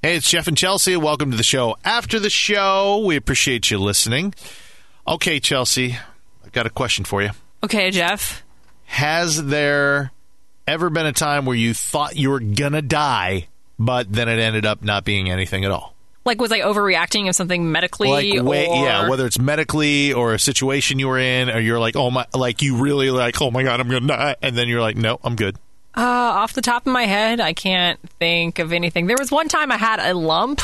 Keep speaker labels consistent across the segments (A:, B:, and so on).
A: Hey, it's Jeff and Chelsea. Welcome to the show. After the show, we appreciate you listening. Okay, Chelsea, I've got a question for you.
B: Okay, Jeff.
A: Has there ever been a time where you thought you were going to die, but then it ended up not being anything at all?
B: Like, was I overreacting of something medically?
A: Like, wa-
B: or-
A: yeah, whether it's medically or a situation you were in, or you're like, oh my, like you really like, oh my God, I'm going to die. And then you're like, no, I'm good.
B: Uh, off the top of my head, I can't think of anything. There was one time I had a lump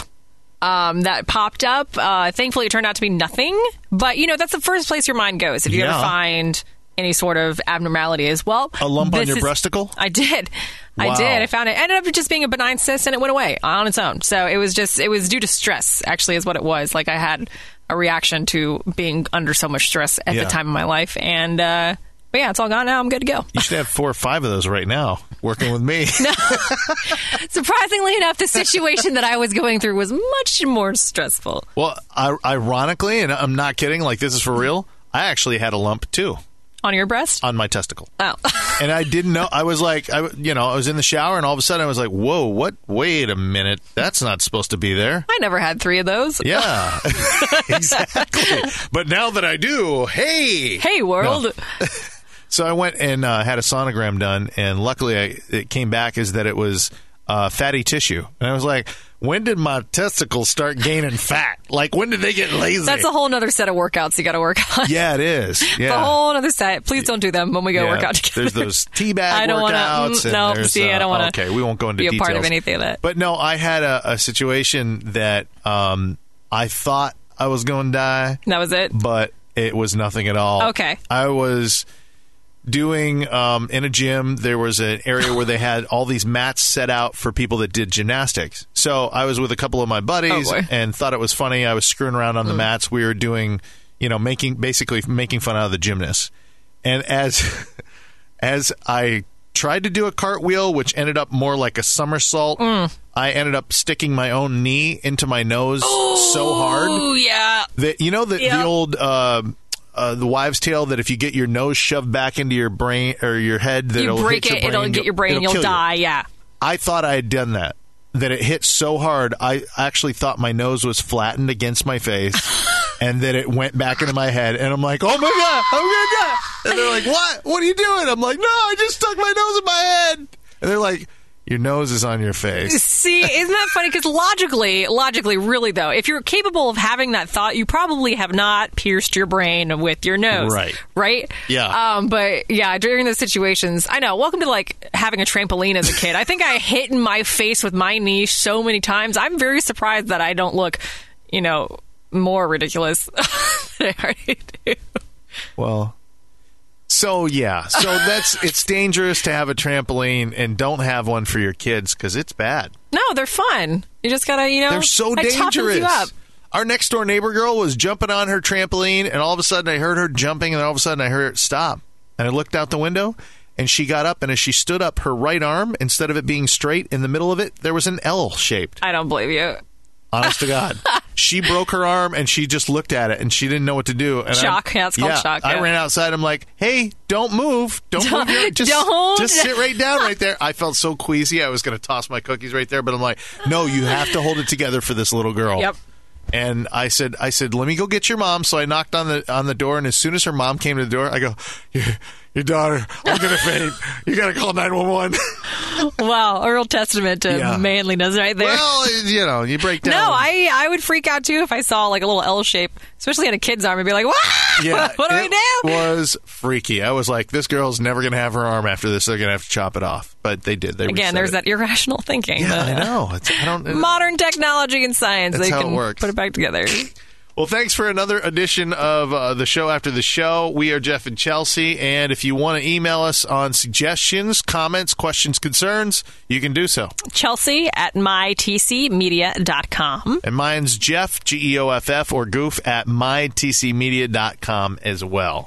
B: um, that popped up. Uh, thankfully, it turned out to be nothing. But, you know, that's the first place your mind goes if you
A: Yeah.
B: ever find any sort of abnormality as well.
A: A lump on
B: this
A: your
B: is-
A: breasticle?
B: I did.
A: Wow.
B: I did. I found it. Ended up just being a benign cyst and it went away on its own. So it was just, it was due to stress, actually, is what it was. Like I had a reaction to being under so much stress at
A: Yeah.
B: the time of my life. And, uh, but yeah, it's all gone now. I'm good to go.
A: You should have four or five of those right now working with me.
B: Surprisingly enough, the situation that I was going through was much more stressful.
A: Well, I, ironically, and I'm not kidding, like this is for real, I actually had a lump too
B: On your breast?
A: on my testicle.
B: Oh.
A: And I didn't know. I was like, I, you know, I was in the shower and all of a sudden I was like, whoa, what? Wait a minute. That's not supposed to be there.
B: I never had three of those.
A: Yeah, exactly. But now that I do, hey.
B: Hey, world.
A: So I went and uh, had a sonogram done, and luckily I, it came back is that it was uh, fatty tissue. And I was like, when did my testicles start gaining fat? Like, when did they get lazy?
B: That's a whole other set of workouts you got to work on.
A: Yeah, it is. Yeah.
B: A whole other set. Please don't do them when we go
A: Yeah,
B: work out together.
A: There's those tea bag
B: I don't
A: workouts.
B: wanna- mm,
A: and
B: no,
A: there's,
B: see, I
A: uh,
B: don't wanna
A: Okay, we won't go into
B: be a part of
A: details.
B: anything of that.
A: But no, I had a, a situation that um, I thought I was going to die,
B: that was it.
A: but it was nothing at all.
B: Okay.
A: I was doing um, in a gym. There was an area where they had all these mats set out for people that did gymnastics. So I was with a couple of my buddies
B: Oh, boy. Hmm.
A: and thought it was funny. I was screwing around on the mats. We were doing, you know, making basically making fun out of the gymnasts. And as as I tried to do a cartwheel, which ended up more like a somersault,
B: Hmm.
A: I ended up sticking my own knee into my nose so hard
B: Ooh, yeah.
A: the, you know the the
B: Yeah.
A: old uh, uh, the wives' tale that if you get your nose shoved back into your brain or your head, that
B: You
A: it'll
B: break
A: hit
B: it,
A: your brain,
B: it'll get your brain,
A: it'll
B: you'll
A: kill you.
B: die. Yeah.
A: I thought I had done that. That it hit so hard, I actually thought my nose was flattened against my face, and that it went back into my head. And I'm like, "Oh my god, I'm gonna die!" And they're like, "What? What are you doing?" I'm like, "No, I just stuck my nose in my head." And they're like, "Your nose is on your face."
B: See, isn't that funny? Because logically, logically, really though, if you're capable of having that thought, you probably have not pierced your brain with your nose,
A: Right.
B: Right?
A: Yeah.
B: Um, but yeah, during those situations, I know. Welcome to like having a trampoline as a kid. I think I hit in my face with my knee so many times. I'm very surprised that I don't look, you know, more ridiculous than I already do.
A: Well, so yeah, so that's it's dangerous to have a trampoline and don't have one for your kids because it's bad.
B: No, they're fun. You just gotta, you know,
A: They're so
B: it toughens you
A: dangerous.
B: up.
A: Our next door neighbor girl was jumping on her trampoline, and all of a sudden I heard her jumping, and then all of a sudden I heard it stop, and I looked out the window. And she got up, and as she stood up, her right arm, instead of it being straight in the middle of it, there was an L shaped.
B: I don't believe you.
A: Honest to God. She broke her arm and she just looked at it and she didn't know what to do. And I-
B: Shock. Yeah, it's called shock,
A: I
B: yeah.
A: ran outside. I'm like, hey, don't move. Don't,
B: Don't-
A: move. Your, just,
B: don't."
A: just sit right down right there. I felt so queasy. I was going to toss my cookies right there. But I'm like, no, you have to hold it together for this little girl.
B: Yep.
A: And I said, I said, let me go get your mom. So I knocked on the on the door, and as soon as her mom came to the door, I go, your, your daughter, I'm gonna faint. You gotta call nine one one.
B: Wow, a real testament to
A: Yeah.
B: manliness right there.
A: Well, you know, you break down.
B: no, I I would freak out too if I saw like a little L shape, especially in a kid's arm, and be like, "What?
A: Yeah,
B: what do I
A: it
B: do?"
A: Was freaky. I was like, this girl's never gonna have her arm after this. They're gonna have to chop it off. But they did. They reset
B: Again, there's
A: it.
B: that irrational thinking.
A: Yeah,
B: but,
A: I
B: uh,
A: know. It's, I don't.
B: Modern technology and science,
A: That's
B: they
A: how it
B: can
A: works.
B: put it back together.
A: well, thanks for another edition of uh, the show after the show. We are Jeff and Chelsea, and if you want to email us on suggestions, comments, questions, concerns, you can do so.
B: Chelsea at mytcmedia.com.
A: And mine's Jeff G E O F F or Goof at mytcmedia.com as well.